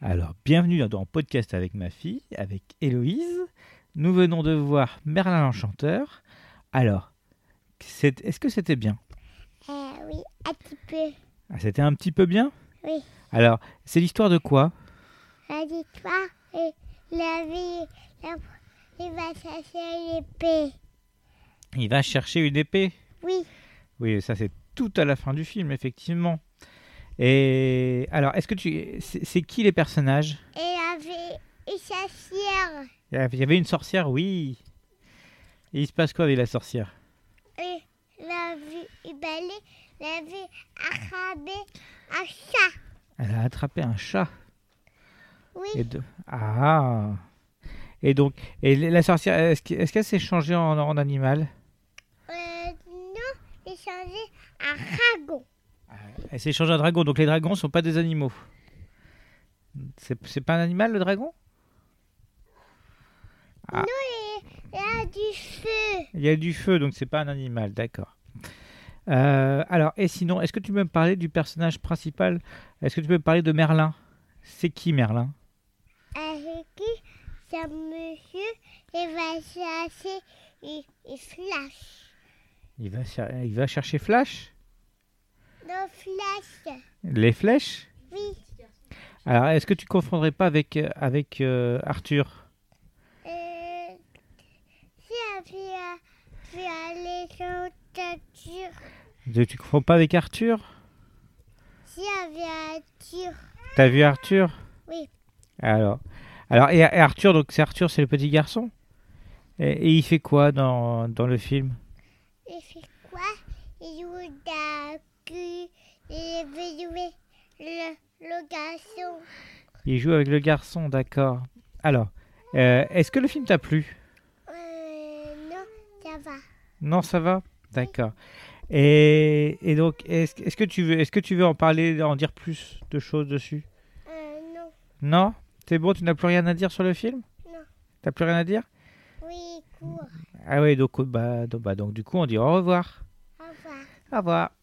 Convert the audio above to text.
Alors, bienvenue dans Podcast avec ma fille, avec Héloïse. Nous venons de voir Merlin l'Enchanteur. Alors, c'est- est-ce que c'était bien Euh, oui, un petit peu. Ah, C'était un petit peu bien Oui. Alors, c'est l'histoire de quoi La victoire et la vie. La... Il va chercher l'épée. Il va chercher une épée. Oui, Oui, ça c'est tout à la fin du film, effectivement. Et alors, est-ce que tu... C'est c'est qui les personnages et la vie. Et sa sœur. Il y avait une sorcière, oui. Et il se passe quoi avec la sorcière Et la vie. Il va aller. La vie arabée à ça. Elle a attrapé un chat. Oui, Et de- Ah Et donc, et la sorcière, est-ce que- est-ce qu'elle s'est changée en, en animal euh, non, il changé à ragon. Elle s'est changée en dragon, donc les dragons sont pas des animaux. C'est c'est pas un animal le dragon Ah. Non, il y a du feu. Il y a du feu, donc c'est pas un animal, d'accord. Euh, alors, et sinon, est-ce que tu peux me parler du personnage principal Est-ce que tu peux me parler de Merlin C'est qui Merlin Avec qui c'est un monsieur. Il va chercher. Il, il flash. il va, cher- il va chercher Flash Non, flash. Les flèches Oui. Alors, est-ce que tu confondrais pas avec, euh, avec euh, Arthur Euh, c'est via, via les tentures. Tu tu confonds pas avec Arthur C'est via dur. T'as vu Arthur Oui. Alors, alors et, et Arthur, donc c'est Arthur, c'est le petit garçon. Et, et il fait quoi dans, dans le film Il fait quoi Il joue d'un cul. Il veut jouer le, le garçon. Il joue avec le garçon, d'accord. Alors, euh, est-ce que le film t'a plu Euh, non, ça va. Non, ça va, d'accord. Et, et donc, est-ce est-ce que tu veux, est-ce que tu veux en parler, en dire plus de choses dessus Euh, non. Non, c'est bon, tu n'as plus rien à dire sur le film Non. T'as plus rien à dire Oui, court. Ah oui, donc bah, donc bah donc du coup on dit au revoir. Au revoir. Au revoir.